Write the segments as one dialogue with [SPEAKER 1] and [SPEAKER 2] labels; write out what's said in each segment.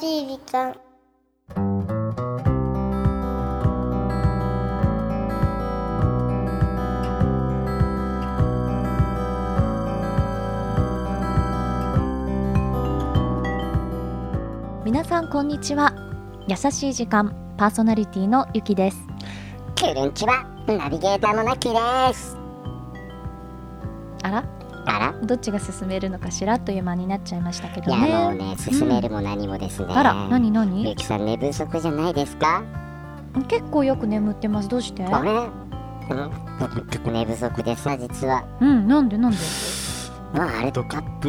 [SPEAKER 1] しい時間
[SPEAKER 2] 皆さんこんにちは優しい時間パーソナリティのゆきです
[SPEAKER 3] ケレンチはナビゲーターのナッキーです
[SPEAKER 2] あら
[SPEAKER 3] あら
[SPEAKER 2] どっちが進めるのかしらという間になっちゃいましたけ
[SPEAKER 3] い
[SPEAKER 2] ど
[SPEAKER 3] や、もう
[SPEAKER 2] ね
[SPEAKER 3] ね進めるも何もですね、
[SPEAKER 2] あら何
[SPEAKER 3] ゆ
[SPEAKER 2] 何
[SPEAKER 3] きさん寝不足じゃないですか
[SPEAKER 2] 結構よく眠ってますどうして
[SPEAKER 3] あれうん僕僕寝不足でさ実は
[SPEAKER 2] うんなんでなんで
[SPEAKER 3] ワールドカップ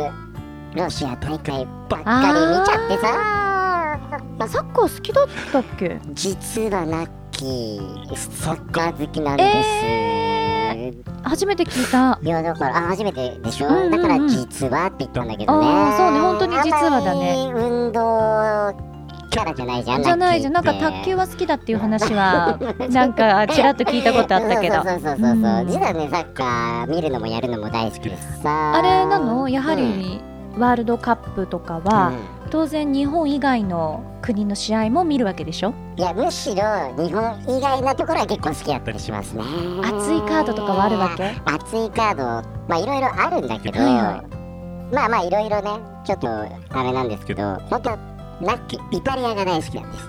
[SPEAKER 3] ロシア大会ばっかり見ちゃってさ
[SPEAKER 2] サッカー好きだったっけ
[SPEAKER 3] 実はナッキーサッカー好きなんです、
[SPEAKER 2] 初めて聞いた
[SPEAKER 3] いやだからあ初めてでしょ、
[SPEAKER 2] うんうんうん
[SPEAKER 3] だから実はって言ったんだけどね
[SPEAKER 2] あーそうね本当に実はだね
[SPEAKER 3] あんまり運動キャラじゃないじゃん
[SPEAKER 2] じゃないじゃんな
[SPEAKER 3] ナ
[SPEAKER 2] ん
[SPEAKER 3] ッキー
[SPEAKER 2] か
[SPEAKER 3] って
[SPEAKER 2] 卓球は好きだっていう話はなんかちらっと聞いたことあったけど
[SPEAKER 3] そうそうそうそうそう、
[SPEAKER 2] うん
[SPEAKER 3] 実はねサッカー見るのもやるのも大好きですさ
[SPEAKER 2] あれなのやは
[SPEAKER 3] うん
[SPEAKER 2] りワールドカップとか
[SPEAKER 3] う
[SPEAKER 2] は
[SPEAKER 3] ん
[SPEAKER 2] 当然日本以外の国の試合も見るわけでしょ
[SPEAKER 3] いやむしろ日本以外なところは結構好きだったりしますね
[SPEAKER 2] 熱いカードとかはあるわけ
[SPEAKER 3] 熱いカードまあいろいろあるんだけど、
[SPEAKER 2] はいは
[SPEAKER 3] まあまあいろいろねちょっとあれなんですけど本当ナッキーイタリアが大好きなんです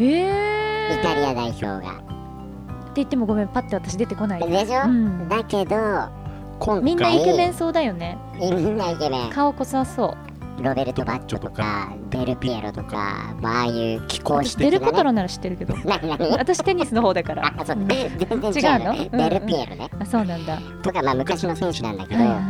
[SPEAKER 2] へ
[SPEAKER 3] イ
[SPEAKER 2] え
[SPEAKER 3] タリア代表が。
[SPEAKER 2] って言ってもごめんパッて私出てこない、
[SPEAKER 3] でしょ、
[SPEAKER 2] うん、
[SPEAKER 3] だけど今回
[SPEAKER 2] みんなイケメンそうだよね
[SPEAKER 3] みんなイケメン
[SPEAKER 2] 顔こさそう
[SPEAKER 3] ロベルト・バッチョとかベルピエロとかまあああいう貴公
[SPEAKER 2] 私
[SPEAKER 3] 子
[SPEAKER 2] デ
[SPEAKER 3] 的
[SPEAKER 2] ル
[SPEAKER 3] な
[SPEAKER 2] ポト
[SPEAKER 3] ね
[SPEAKER 2] ロなら知ってるけど
[SPEAKER 3] 何何
[SPEAKER 2] 私テニスの方だから
[SPEAKER 3] あそう
[SPEAKER 2] うん
[SPEAKER 3] 全然違うの
[SPEAKER 2] 違うの
[SPEAKER 3] ベルピエロね、
[SPEAKER 2] あそうなんだ、は
[SPEAKER 3] とかまあ昔の選手なんだけ
[SPEAKER 2] い
[SPEAKER 3] ど、
[SPEAKER 2] は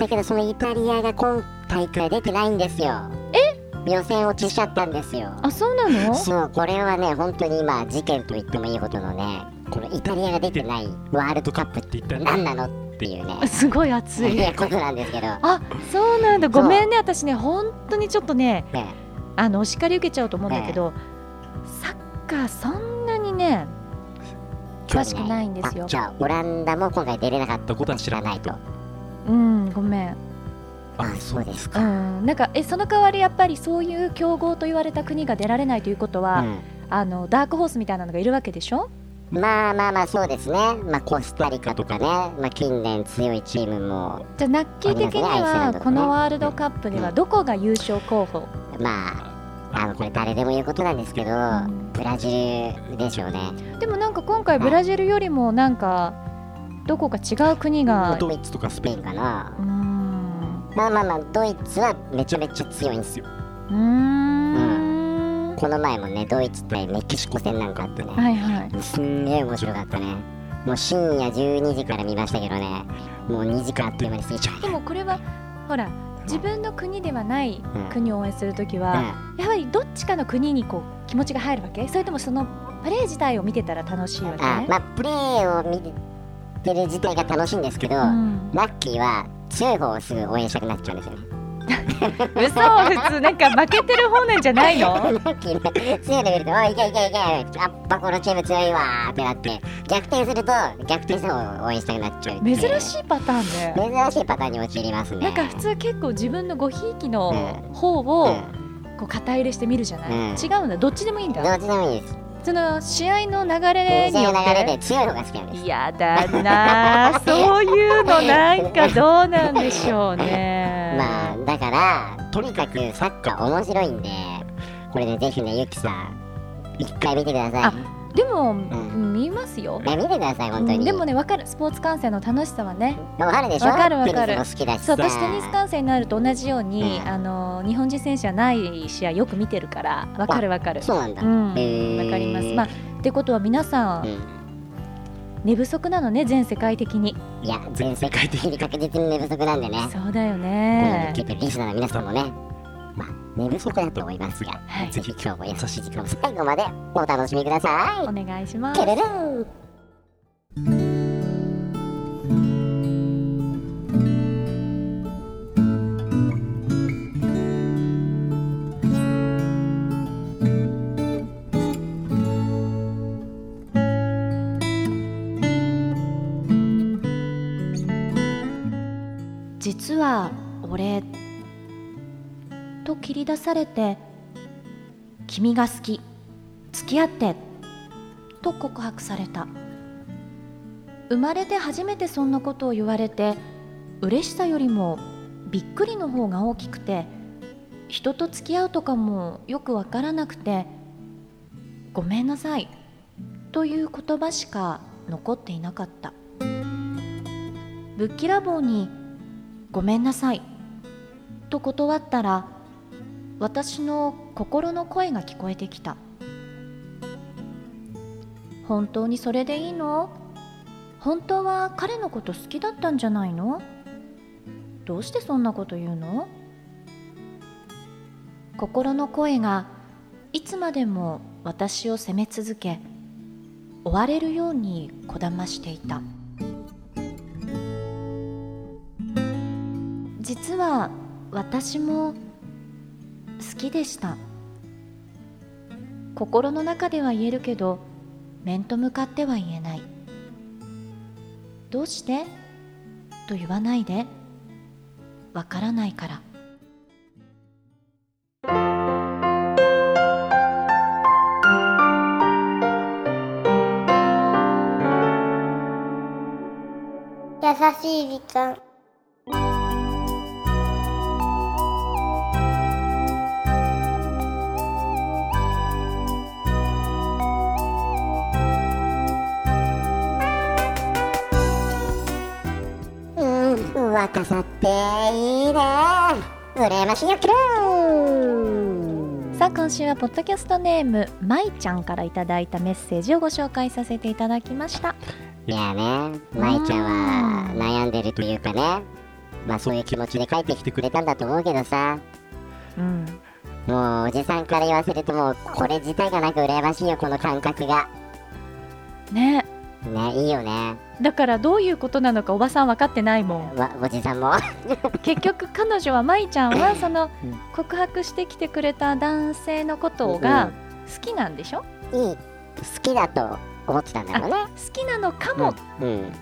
[SPEAKER 3] だけどそのイタリアが今大会出てないんですよえ予選落ちしちゃったんですよ
[SPEAKER 2] い、あそうなの
[SPEAKER 3] そうこれはね本当に今事件と言ってもいいほどのねこのイタリアが出てないワールドカップって一体何なのっていうね
[SPEAKER 2] すごい熱
[SPEAKER 3] い
[SPEAKER 2] い
[SPEAKER 3] やことなんですけど、ね、
[SPEAKER 2] あそうなんだ
[SPEAKER 3] そう
[SPEAKER 2] ごめんね私ね本当にちょっとねあのお叱り受けちゃうと思うんだけど、サッカーそんなにね詳しくないんですよ
[SPEAKER 3] あじゃあオランダも今回出れなかったことは知らないと
[SPEAKER 2] うんごめん
[SPEAKER 3] あそうです
[SPEAKER 2] う
[SPEAKER 3] か、
[SPEAKER 2] んなんかえその代わりやっぱりそういう強豪と言われた国が出られないということは、あのダークホースみたいなのがいるわけでしょ
[SPEAKER 3] うんまあまあまあそうですねまあコスタリカとかねまあ近年強いチームも
[SPEAKER 2] じゃあナッキー的
[SPEAKER 3] あり
[SPEAKER 2] に
[SPEAKER 3] ますねアイスランド
[SPEAKER 2] は
[SPEAKER 3] とかね
[SPEAKER 2] このワールドカップではどこが優勝候補、
[SPEAKER 3] まああのこれ誰でも言うことなんですけど、
[SPEAKER 2] ん
[SPEAKER 3] ブラジルでしょうね
[SPEAKER 2] でもなんか今回ブラジルよりもなんかどこか違う国が
[SPEAKER 3] ドイツとかスペインかな
[SPEAKER 2] うーん
[SPEAKER 3] まあまあまあドイツはめちゃめちゃ強いんですよ
[SPEAKER 2] うーん
[SPEAKER 3] この前もねドイツ対メキシコ戦なんかあってね、
[SPEAKER 2] はいはい
[SPEAKER 3] すんげえ面白かったねもう深夜12時から見ましたけどねもう2時間あっという間に過ぎちゃう
[SPEAKER 2] でもこれはほら自分の国ではない
[SPEAKER 3] うん
[SPEAKER 2] 国を応援するときは、やはりどっちかの国にこう気持ちが入るわけそれともそのプレー自体を見てたら楽しいわけ、
[SPEAKER 3] あまあプレーを見てる自体が楽しいんですけど、
[SPEAKER 2] うん、
[SPEAKER 3] ラッキーは強い方をすぐ応援したくなっちゃうんですよね。
[SPEAKER 2] 嘘普通なんか負けてる方なんじゃないの
[SPEAKER 3] ラッキーね、強いの見ると、おい、いけいけいけ、やっぱこのチーム強いわーってなって、逆転すると、逆転した方を応援したくなっちゃうってい
[SPEAKER 2] 珍
[SPEAKER 3] う。
[SPEAKER 2] しいパターンね
[SPEAKER 3] 珍しいパターンに陥りますね。
[SPEAKER 2] なんか普通結構自分のごひいきの方をこう肩入れして見るじゃない、
[SPEAKER 3] うん
[SPEAKER 2] 違うんだどっちでもいいん
[SPEAKER 3] うん、
[SPEAKER 2] だ
[SPEAKER 3] どっちでもいいです。
[SPEAKER 2] その試合の流れ
[SPEAKER 3] 全
[SPEAKER 2] によ
[SPEAKER 3] 然
[SPEAKER 2] っ
[SPEAKER 3] 流れで
[SPEAKER 2] て
[SPEAKER 3] 強いのが好きなんです。
[SPEAKER 2] 嫌だなあそういうのなんかどうなんでしょうね
[SPEAKER 3] まあ、だから、とにかくサッカー面白いんで、これね、ぜひね、ゆきさん、一回見てください。
[SPEAKER 2] でも、
[SPEAKER 3] ん
[SPEAKER 2] 見ますよ
[SPEAKER 3] い、や見てください、本当
[SPEAKER 2] うん
[SPEAKER 3] に。
[SPEAKER 2] でもねわかるスポーツ観戦の楽しさはね
[SPEAKER 3] わかるでしょ
[SPEAKER 2] わかるわかる
[SPEAKER 3] テニスも好きだし
[SPEAKER 2] そ
[SPEAKER 3] さ
[SPEAKER 2] う私テニス観戦になると同じように、
[SPEAKER 3] うん
[SPEAKER 2] あの日本人選手はない試合よく見てるからわかるわかる
[SPEAKER 3] そうなんだ。
[SPEAKER 2] うん
[SPEAKER 3] へー
[SPEAKER 2] わかりますまあってことは皆さ
[SPEAKER 3] うんん
[SPEAKER 2] 寝不足なのね全世界的に
[SPEAKER 3] いや、全世界的に 確実に寝不足なんでね。
[SPEAKER 2] そうだよ
[SPEAKER 3] この
[SPEAKER 2] ね
[SPEAKER 3] 聞いてるリスナーの皆さんもね、まあ、寝不足だと思いますが、
[SPEAKER 2] はい
[SPEAKER 3] ぜひ今日も優しい時間を最後までお楽しみくださ
[SPEAKER 2] お願いしま
[SPEAKER 3] い。
[SPEAKER 2] す
[SPEAKER 3] けれれん
[SPEAKER 2] 実は俺と切り出されて君が好き付き合ってと告白された生まれて初めてそんなことを言われて嬉しさよりもびっくりの方が大きくて人と付き合うとかもよくわからなくて「ごめんなさい」という言葉しか残っていなかったぶっきらぼうに「ごめんなさい」と断ったら私の心の声が聞こえてきた「本当にそれでいいの本当は彼のこと好きだったんじゃないのどうしてそんなこと言うの?」心の声がいつまでも私を責め続け追われるようにこだましていた実は私も好きでした心の中では言えるけど面と向かっては言えないどうしてと言わないでわからないから
[SPEAKER 1] 優しい時間
[SPEAKER 3] うん若さっていいね羨ましいよくる
[SPEAKER 2] さあ今週はポッドキャストネームまいちゃんからいただいたメッセージをご紹介させていただきました
[SPEAKER 3] いやね舞ちゃんは悩んでるというかねまあそういう気持ちで帰ってきてくれたんだと思うけどさ
[SPEAKER 2] うん
[SPEAKER 3] もうおじさんから言わせるともうこれ自体がなんか羨ましいよこの感覚が
[SPEAKER 2] ね
[SPEAKER 3] ねいいよね
[SPEAKER 2] だからどういうことなのかおばさん分かってないもん
[SPEAKER 3] わおじさんも
[SPEAKER 2] 結局彼女はまいちゃんはその
[SPEAKER 3] うん
[SPEAKER 2] 告白してきてくれた男性のことが好きなんでしょ
[SPEAKER 3] いい好きだと思ってたんだろうね
[SPEAKER 2] 好きなのかも、
[SPEAKER 3] うん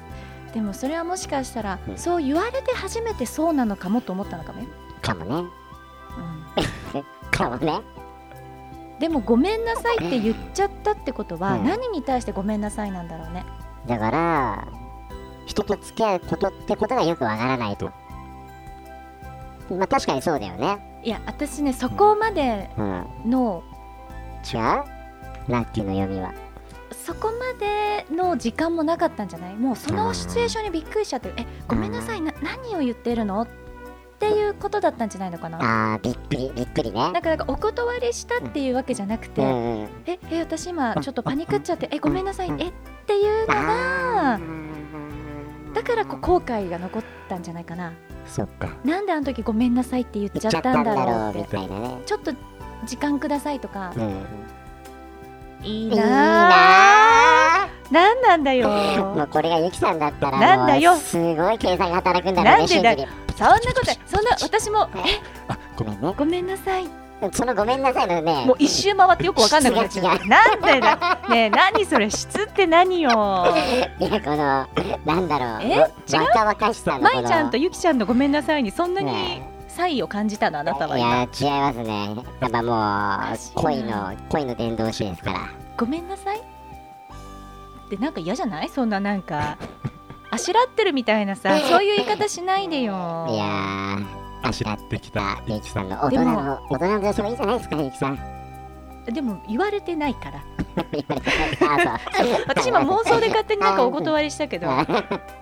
[SPEAKER 2] でもそれはもしかしたら、
[SPEAKER 3] うん
[SPEAKER 2] そう言われて初めてそうなのかもと思ったのかもよ、
[SPEAKER 3] かもね
[SPEAKER 2] う
[SPEAKER 3] かもね
[SPEAKER 2] ん、でも「ごめんなさい」って言っちゃったってことは、
[SPEAKER 3] うん
[SPEAKER 2] 何に対して「ごめんなさい」なんだろうね
[SPEAKER 3] だから人と付き合うことってことがよくわからないとまあ確かにそうだよね
[SPEAKER 2] いや私ねそこまで
[SPEAKER 3] うん
[SPEAKER 2] の、
[SPEAKER 3] 違うラッキーの読みは
[SPEAKER 2] そこまでの時間もなかったんじゃないもうそのシチュエーションにびっくりしちゃって「えごめんなさいな何を言ってるの?」っていうことだったんじゃないのかな
[SPEAKER 3] あーびっくりびっくりね
[SPEAKER 2] なんかなんかお断りしたっていうわけじゃなく
[SPEAKER 3] う
[SPEAKER 2] て「
[SPEAKER 3] んうん
[SPEAKER 2] ええ私今ちょっとパニックっちゃってえごめんなさい
[SPEAKER 3] うん
[SPEAKER 2] えっていうのが
[SPEAKER 3] ー
[SPEAKER 2] だからこう後悔が残ったんじゃないかな
[SPEAKER 3] そっか
[SPEAKER 2] なんであの時ごめんなさいって言っち
[SPEAKER 3] 言
[SPEAKER 2] ゃ
[SPEAKER 3] っち
[SPEAKER 2] っ
[SPEAKER 3] ゃった
[SPEAKER 2] たん
[SPEAKER 3] ん
[SPEAKER 2] だ
[SPEAKER 3] だ
[SPEAKER 2] ろ
[SPEAKER 3] ろ
[SPEAKER 2] うっ
[SPEAKER 3] う
[SPEAKER 2] て
[SPEAKER 3] みたいなね
[SPEAKER 2] ちょっと時間くださいとか
[SPEAKER 3] うん
[SPEAKER 2] いい
[SPEAKER 3] いい
[SPEAKER 2] なあ
[SPEAKER 3] なあ
[SPEAKER 2] なんなんだよ
[SPEAKER 3] もうこれがゆきさんだったら
[SPEAKER 2] なんだよ
[SPEAKER 3] もうすごい計算が働くんだろう
[SPEAKER 2] な
[SPEAKER 3] ね
[SPEAKER 2] んでだ
[SPEAKER 3] 瞬時に
[SPEAKER 2] そんなことないそんな私も
[SPEAKER 3] ごめんね
[SPEAKER 2] ごめんなさい
[SPEAKER 3] そのごめんなさいのね
[SPEAKER 2] もう一周回ってよくわかんなくなっちゃ
[SPEAKER 3] 質
[SPEAKER 2] う。なんでだ。ねえ、何それ、質って何よ。
[SPEAKER 3] いやこのなんだろう
[SPEAKER 2] え
[SPEAKER 3] わ
[SPEAKER 2] 違う
[SPEAKER 3] 若々しさの
[SPEAKER 2] ま
[SPEAKER 3] こ
[SPEAKER 2] い
[SPEAKER 3] の
[SPEAKER 2] ちゃんとゆきちゃんのごめんなさいに、そんなに
[SPEAKER 3] ね
[SPEAKER 2] 差異を感じたの、あなたはい今。
[SPEAKER 3] や違いますねやっぱもう
[SPEAKER 2] おかし
[SPEAKER 3] 恋
[SPEAKER 2] いな
[SPEAKER 3] の恋の伝道師ですから
[SPEAKER 2] ごめんなさい。ってなんか嫌じゃない、そんななんか。あしらってるみたいなさ、そういう言い方しないで
[SPEAKER 3] い
[SPEAKER 2] よ。
[SPEAKER 3] やーあしらってきたゆきさんの大
[SPEAKER 2] で
[SPEAKER 3] 人
[SPEAKER 2] も
[SPEAKER 3] の大人の女子もいいじゃないですかゆき さん
[SPEAKER 2] でも、言われてないから。
[SPEAKER 3] 言われてあーそう
[SPEAKER 2] 私今妄想で 勝手になんかお断りしたけど。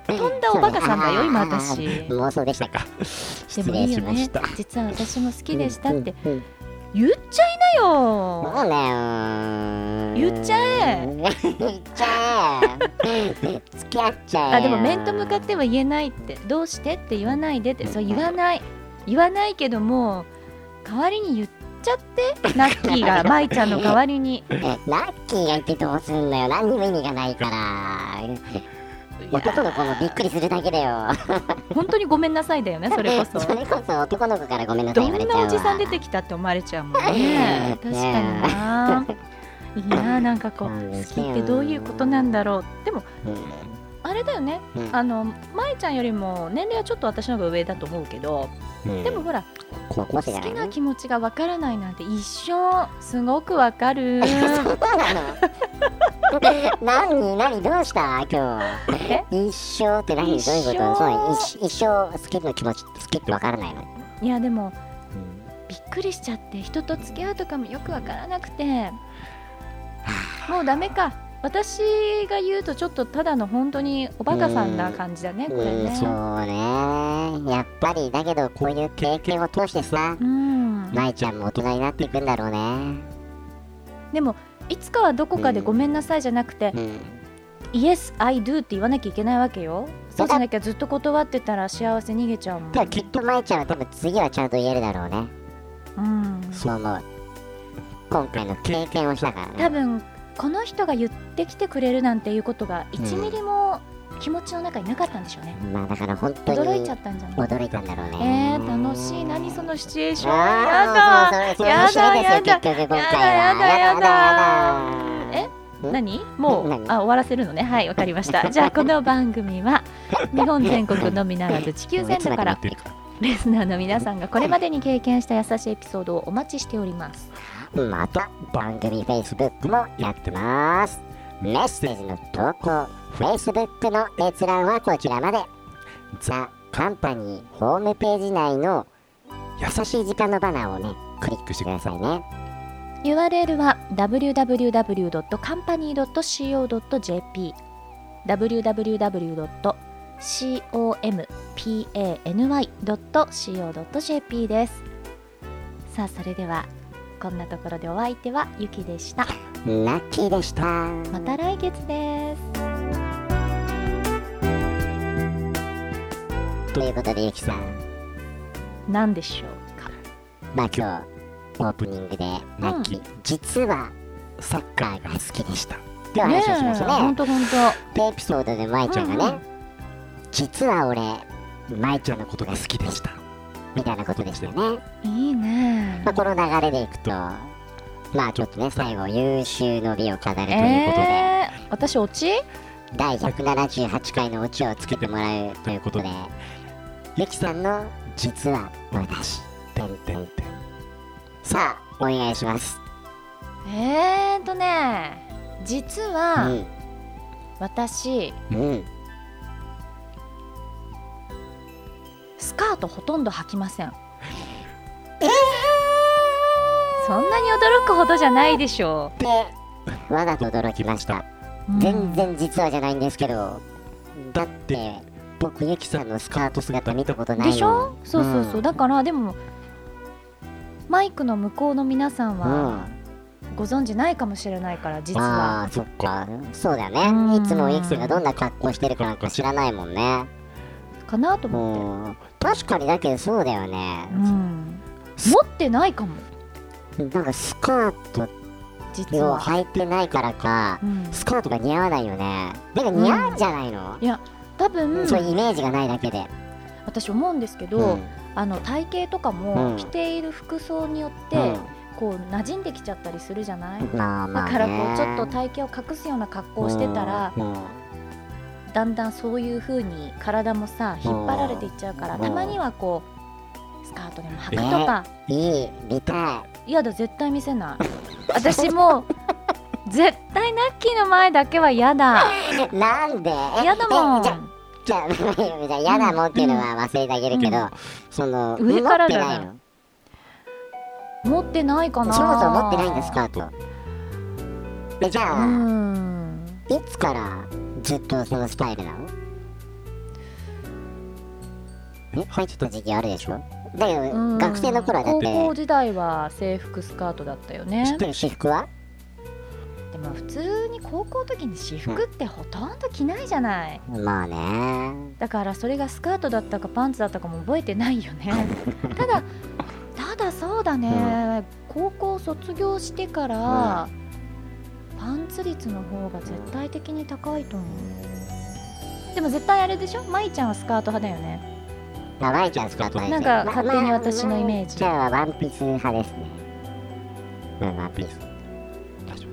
[SPEAKER 2] とんだおバカさんだよ、今私。
[SPEAKER 3] 妄想でしたか
[SPEAKER 2] で
[SPEAKER 3] 失
[SPEAKER 2] もい
[SPEAKER 3] 礼
[SPEAKER 2] い
[SPEAKER 3] し
[SPEAKER 2] よ
[SPEAKER 3] ま
[SPEAKER 2] ね
[SPEAKER 3] した。
[SPEAKER 2] 実は私も好きでしたって
[SPEAKER 3] うんうんうん
[SPEAKER 2] 言っちゃいなよ。
[SPEAKER 3] もうね
[SPEAKER 2] 言っちゃえ
[SPEAKER 3] 言っちゃえ付き合っちゃえ
[SPEAKER 2] あでも面と向かっては言えないってどうしてって言わないでってそう言わない言わないけども代わりに言っちゃってナッキーが舞ちゃんの代わり に
[SPEAKER 3] えラッキーが言ってどうすんのよ何にも意味がないから男の子もびっくりするだけだよ
[SPEAKER 2] 本当にごめんなさいだよねそれこ そ
[SPEAKER 3] それこそ男の子からごめんなさい言
[SPEAKER 2] ど
[SPEAKER 3] われ
[SPEAKER 2] ん
[SPEAKER 3] ちゃう
[SPEAKER 2] な
[SPEAKER 3] わ
[SPEAKER 2] おじさん出てきたって思われちゃうもんね確かにないやーなんかこう
[SPEAKER 3] うん
[SPEAKER 2] 好きってどういうことなんだろうでも
[SPEAKER 3] うん
[SPEAKER 2] あれれだよね、
[SPEAKER 3] うん
[SPEAKER 2] あのまえちゃんよりも年齢はちょっと私の方が上だと思うけど、
[SPEAKER 3] うん
[SPEAKER 2] でもほら
[SPEAKER 3] 高校
[SPEAKER 2] 好
[SPEAKER 3] 生
[SPEAKER 2] き
[SPEAKER 3] だから
[SPEAKER 2] な
[SPEAKER 3] ね
[SPEAKER 2] 気持ちがわからないなんて一生すごくわ かる
[SPEAKER 3] そうなの何何どうした今
[SPEAKER 2] え
[SPEAKER 3] 日一生って何どういうこと
[SPEAKER 2] 一生
[SPEAKER 3] そう一一生好きの気持ち好きって分からないの、
[SPEAKER 2] いやでもびっくりしちゃって人と付き合うとかもよくわからなくてもうダメか私が言うとちょっとただの本当におバカさんな感じだねこれ
[SPEAKER 3] うん、
[SPEAKER 2] ね
[SPEAKER 3] そうねやっぱりだけどこういう経験を通してさ
[SPEAKER 2] うん
[SPEAKER 3] 舞ちゃんも大人になっていくんだろうね
[SPEAKER 2] でもいつかはどこかでごめんなさいじゃなくて
[SPEAKER 3] うん
[SPEAKER 2] イエス、I do って言わなきゃいけないわけよ。そうじゃなきゃずっと断ってたら幸せ逃げちゃうもん。
[SPEAKER 3] でもきっと舞ちゃんは多分次はちゃんと言えるだろうね
[SPEAKER 2] うん、
[SPEAKER 3] そう思う今回の経験をしたからね
[SPEAKER 2] 多分この人が言ってきてくれるなんていうことが1ミリも気持ちの中になかったんでしょうね。
[SPEAKER 3] まあだから本当に
[SPEAKER 2] 驚いちゃったんじゃない
[SPEAKER 3] 驚いたんだろう
[SPEAKER 2] え
[SPEAKER 3] ね
[SPEAKER 2] ー、楽しい。何そのシチュエーション。や
[SPEAKER 3] あ
[SPEAKER 2] だ
[SPEAKER 3] ーそうそうそうそう面白いですよ
[SPEAKER 2] やだ
[SPEAKER 3] 結局今回は
[SPEAKER 2] やだやだやだ
[SPEAKER 3] やだやだ
[SPEAKER 2] え何もう
[SPEAKER 3] 何
[SPEAKER 2] あ終わらせるのねはいわかりました じゃあこの番組 は日本全国のみならず地球全土 からレスナーの皆さんがこれまでに経験した優しいエピソードをお待ちしております
[SPEAKER 3] また番組 Facebook もやってますメッセージの投稿 Facebook の閲覧はこちらまでザ・カンパニーホームページ内の優しい時間のバナーをねクリックしてくださいね
[SPEAKER 2] URL は www.company.co.jp www.company.co.jp ですさあそれではこんなところでお相手はゆきでした
[SPEAKER 3] ラッキーでした
[SPEAKER 2] また来月です
[SPEAKER 3] ということでゆきさん
[SPEAKER 2] 何でしょうか
[SPEAKER 3] まあ今日オープニングでラッキー、実はサッカーが好きでしたっていう話をしましたね
[SPEAKER 2] 本当本
[SPEAKER 3] でエピソードで舞ちゃんがね、
[SPEAKER 2] うんうん
[SPEAKER 3] 実は俺舞ちゃんのことが好きでしたみたいなことでしたよね、
[SPEAKER 2] 当いいね
[SPEAKER 3] まあ、この流れでいくとまあちょっとね最後優秀の美を飾るということで、
[SPEAKER 2] えー、私オチ
[SPEAKER 3] 第178回のオチをつけてもらうということでゆきさんの「実は私」てんてんてんさあお願いします、
[SPEAKER 2] えーとね実
[SPEAKER 3] う
[SPEAKER 2] は
[SPEAKER 3] ん
[SPEAKER 2] 私
[SPEAKER 3] うん、
[SPEAKER 2] スカートほとんど履きません。そんなに驚くほどじゃないでしょ
[SPEAKER 3] でわざと驚きました
[SPEAKER 2] う。うん
[SPEAKER 3] 全。然実はじゃないんですけどだって僕ゆきさんのスカート姿見たことない
[SPEAKER 2] でしょ
[SPEAKER 3] よ
[SPEAKER 2] そうそうそう、
[SPEAKER 3] ん
[SPEAKER 2] だからでもマイクの向こうの皆さんはご存知ないかもしれないから実
[SPEAKER 3] あ
[SPEAKER 2] は。
[SPEAKER 3] あそっかそうだよ
[SPEAKER 2] うん
[SPEAKER 3] ねいつもゆきさんがどんな格好してるかなんか知らないもんね
[SPEAKER 2] かなと思
[SPEAKER 3] う
[SPEAKER 2] っ
[SPEAKER 3] ん確かにだけどそうだよね
[SPEAKER 2] て。うん。持ってないかも
[SPEAKER 3] なんかスカー
[SPEAKER 2] 実
[SPEAKER 3] トを
[SPEAKER 2] は。
[SPEAKER 3] 履いてないからか
[SPEAKER 2] うん、
[SPEAKER 3] スカートが似合わないよねなんか似合うんじゃないの、
[SPEAKER 2] 多分
[SPEAKER 3] そういうイメージがないだけで
[SPEAKER 2] 私思うんですけど、
[SPEAKER 3] うん
[SPEAKER 2] あの体型とか
[SPEAKER 3] う
[SPEAKER 2] も
[SPEAKER 3] ん
[SPEAKER 2] 着ている服装によって、
[SPEAKER 3] う
[SPEAKER 2] こう馴染んできちゃったりするじゃない、
[SPEAKER 3] んまあまあ、
[SPEAKER 2] だ
[SPEAKER 3] ね、
[SPEAKER 2] からこうちょっと体型を隠すような格好をしてたら、
[SPEAKER 3] うんうん
[SPEAKER 2] だんだんそういう風に体もさ引っ張られていっちゃうから、
[SPEAKER 3] うん
[SPEAKER 2] たまにはこうスカートでも履くとか
[SPEAKER 3] いい見たい
[SPEAKER 2] 嫌、だ絶対見せない私も う絶対ナッキーの前だけは嫌だ
[SPEAKER 3] なんで
[SPEAKER 2] 嫌だも
[SPEAKER 3] え
[SPEAKER 2] ん
[SPEAKER 3] じゃじゃあ 嫌なもんっていうのは忘れてあげるけど、
[SPEAKER 2] うん
[SPEAKER 3] その
[SPEAKER 2] 上から
[SPEAKER 3] 持って
[SPEAKER 2] だよ
[SPEAKER 3] ないの
[SPEAKER 2] 持ってないかな
[SPEAKER 3] そもそも持ってないんですかとえじゃあ、
[SPEAKER 2] うん
[SPEAKER 3] いつからずっとそのスタイルなのえ入ってた時期あるでしょだけど、
[SPEAKER 2] うん
[SPEAKER 3] 学生の頃はだっ
[SPEAKER 2] 高校
[SPEAKER 3] て
[SPEAKER 2] 時代は制服スカートだったよ
[SPEAKER 3] 知
[SPEAKER 2] ね
[SPEAKER 3] ってる私服は
[SPEAKER 2] でも普通に高校の時に私服ってほとんど着ないじゃない
[SPEAKER 3] まあね
[SPEAKER 2] だからそれがスカートだったかパンツだったかも覚えてないよねただただそうだね、高校卒業してから、パンツ率の方が絶対的に高いと思うでも絶対あれでしょ舞ちゃんはスカート派だよね
[SPEAKER 3] まあ舞ちゃんスカートない
[SPEAKER 2] なんか勝手に私のイメージ
[SPEAKER 3] じゃあワンピース派ですねうんワンピース大丈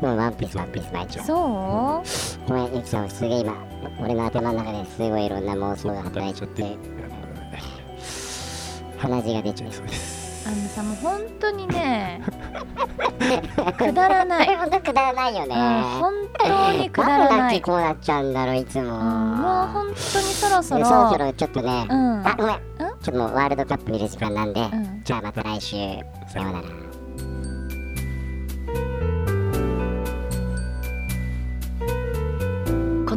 [SPEAKER 3] 夫うんワンピースワンピース舞ちゃん
[SPEAKER 2] そう、
[SPEAKER 3] ごめん、ゆきさん、すげえ今、俺の頭の中ですごいいろんな妄想が働いちゃって、鼻血が出ちゃいそうです。
[SPEAKER 2] あのさもう本当にねくだらない、
[SPEAKER 3] これほんとくだらないよ
[SPEAKER 2] うん
[SPEAKER 3] ね。
[SPEAKER 2] 本当にくだら
[SPEAKER 3] んで
[SPEAKER 2] な
[SPEAKER 3] だ
[SPEAKER 2] い、
[SPEAKER 3] っけこうなっちゃうんだろう、いつも。
[SPEAKER 2] うんもう本当にそろそ
[SPEAKER 3] で
[SPEAKER 2] ろ
[SPEAKER 3] そろそろちょっとね、
[SPEAKER 2] うん
[SPEAKER 3] あ、ごめん、ちょっともうワールドカップ見る時間なんで、
[SPEAKER 2] ん
[SPEAKER 3] じゃあまた来週、さようなら。
[SPEAKER 2] こ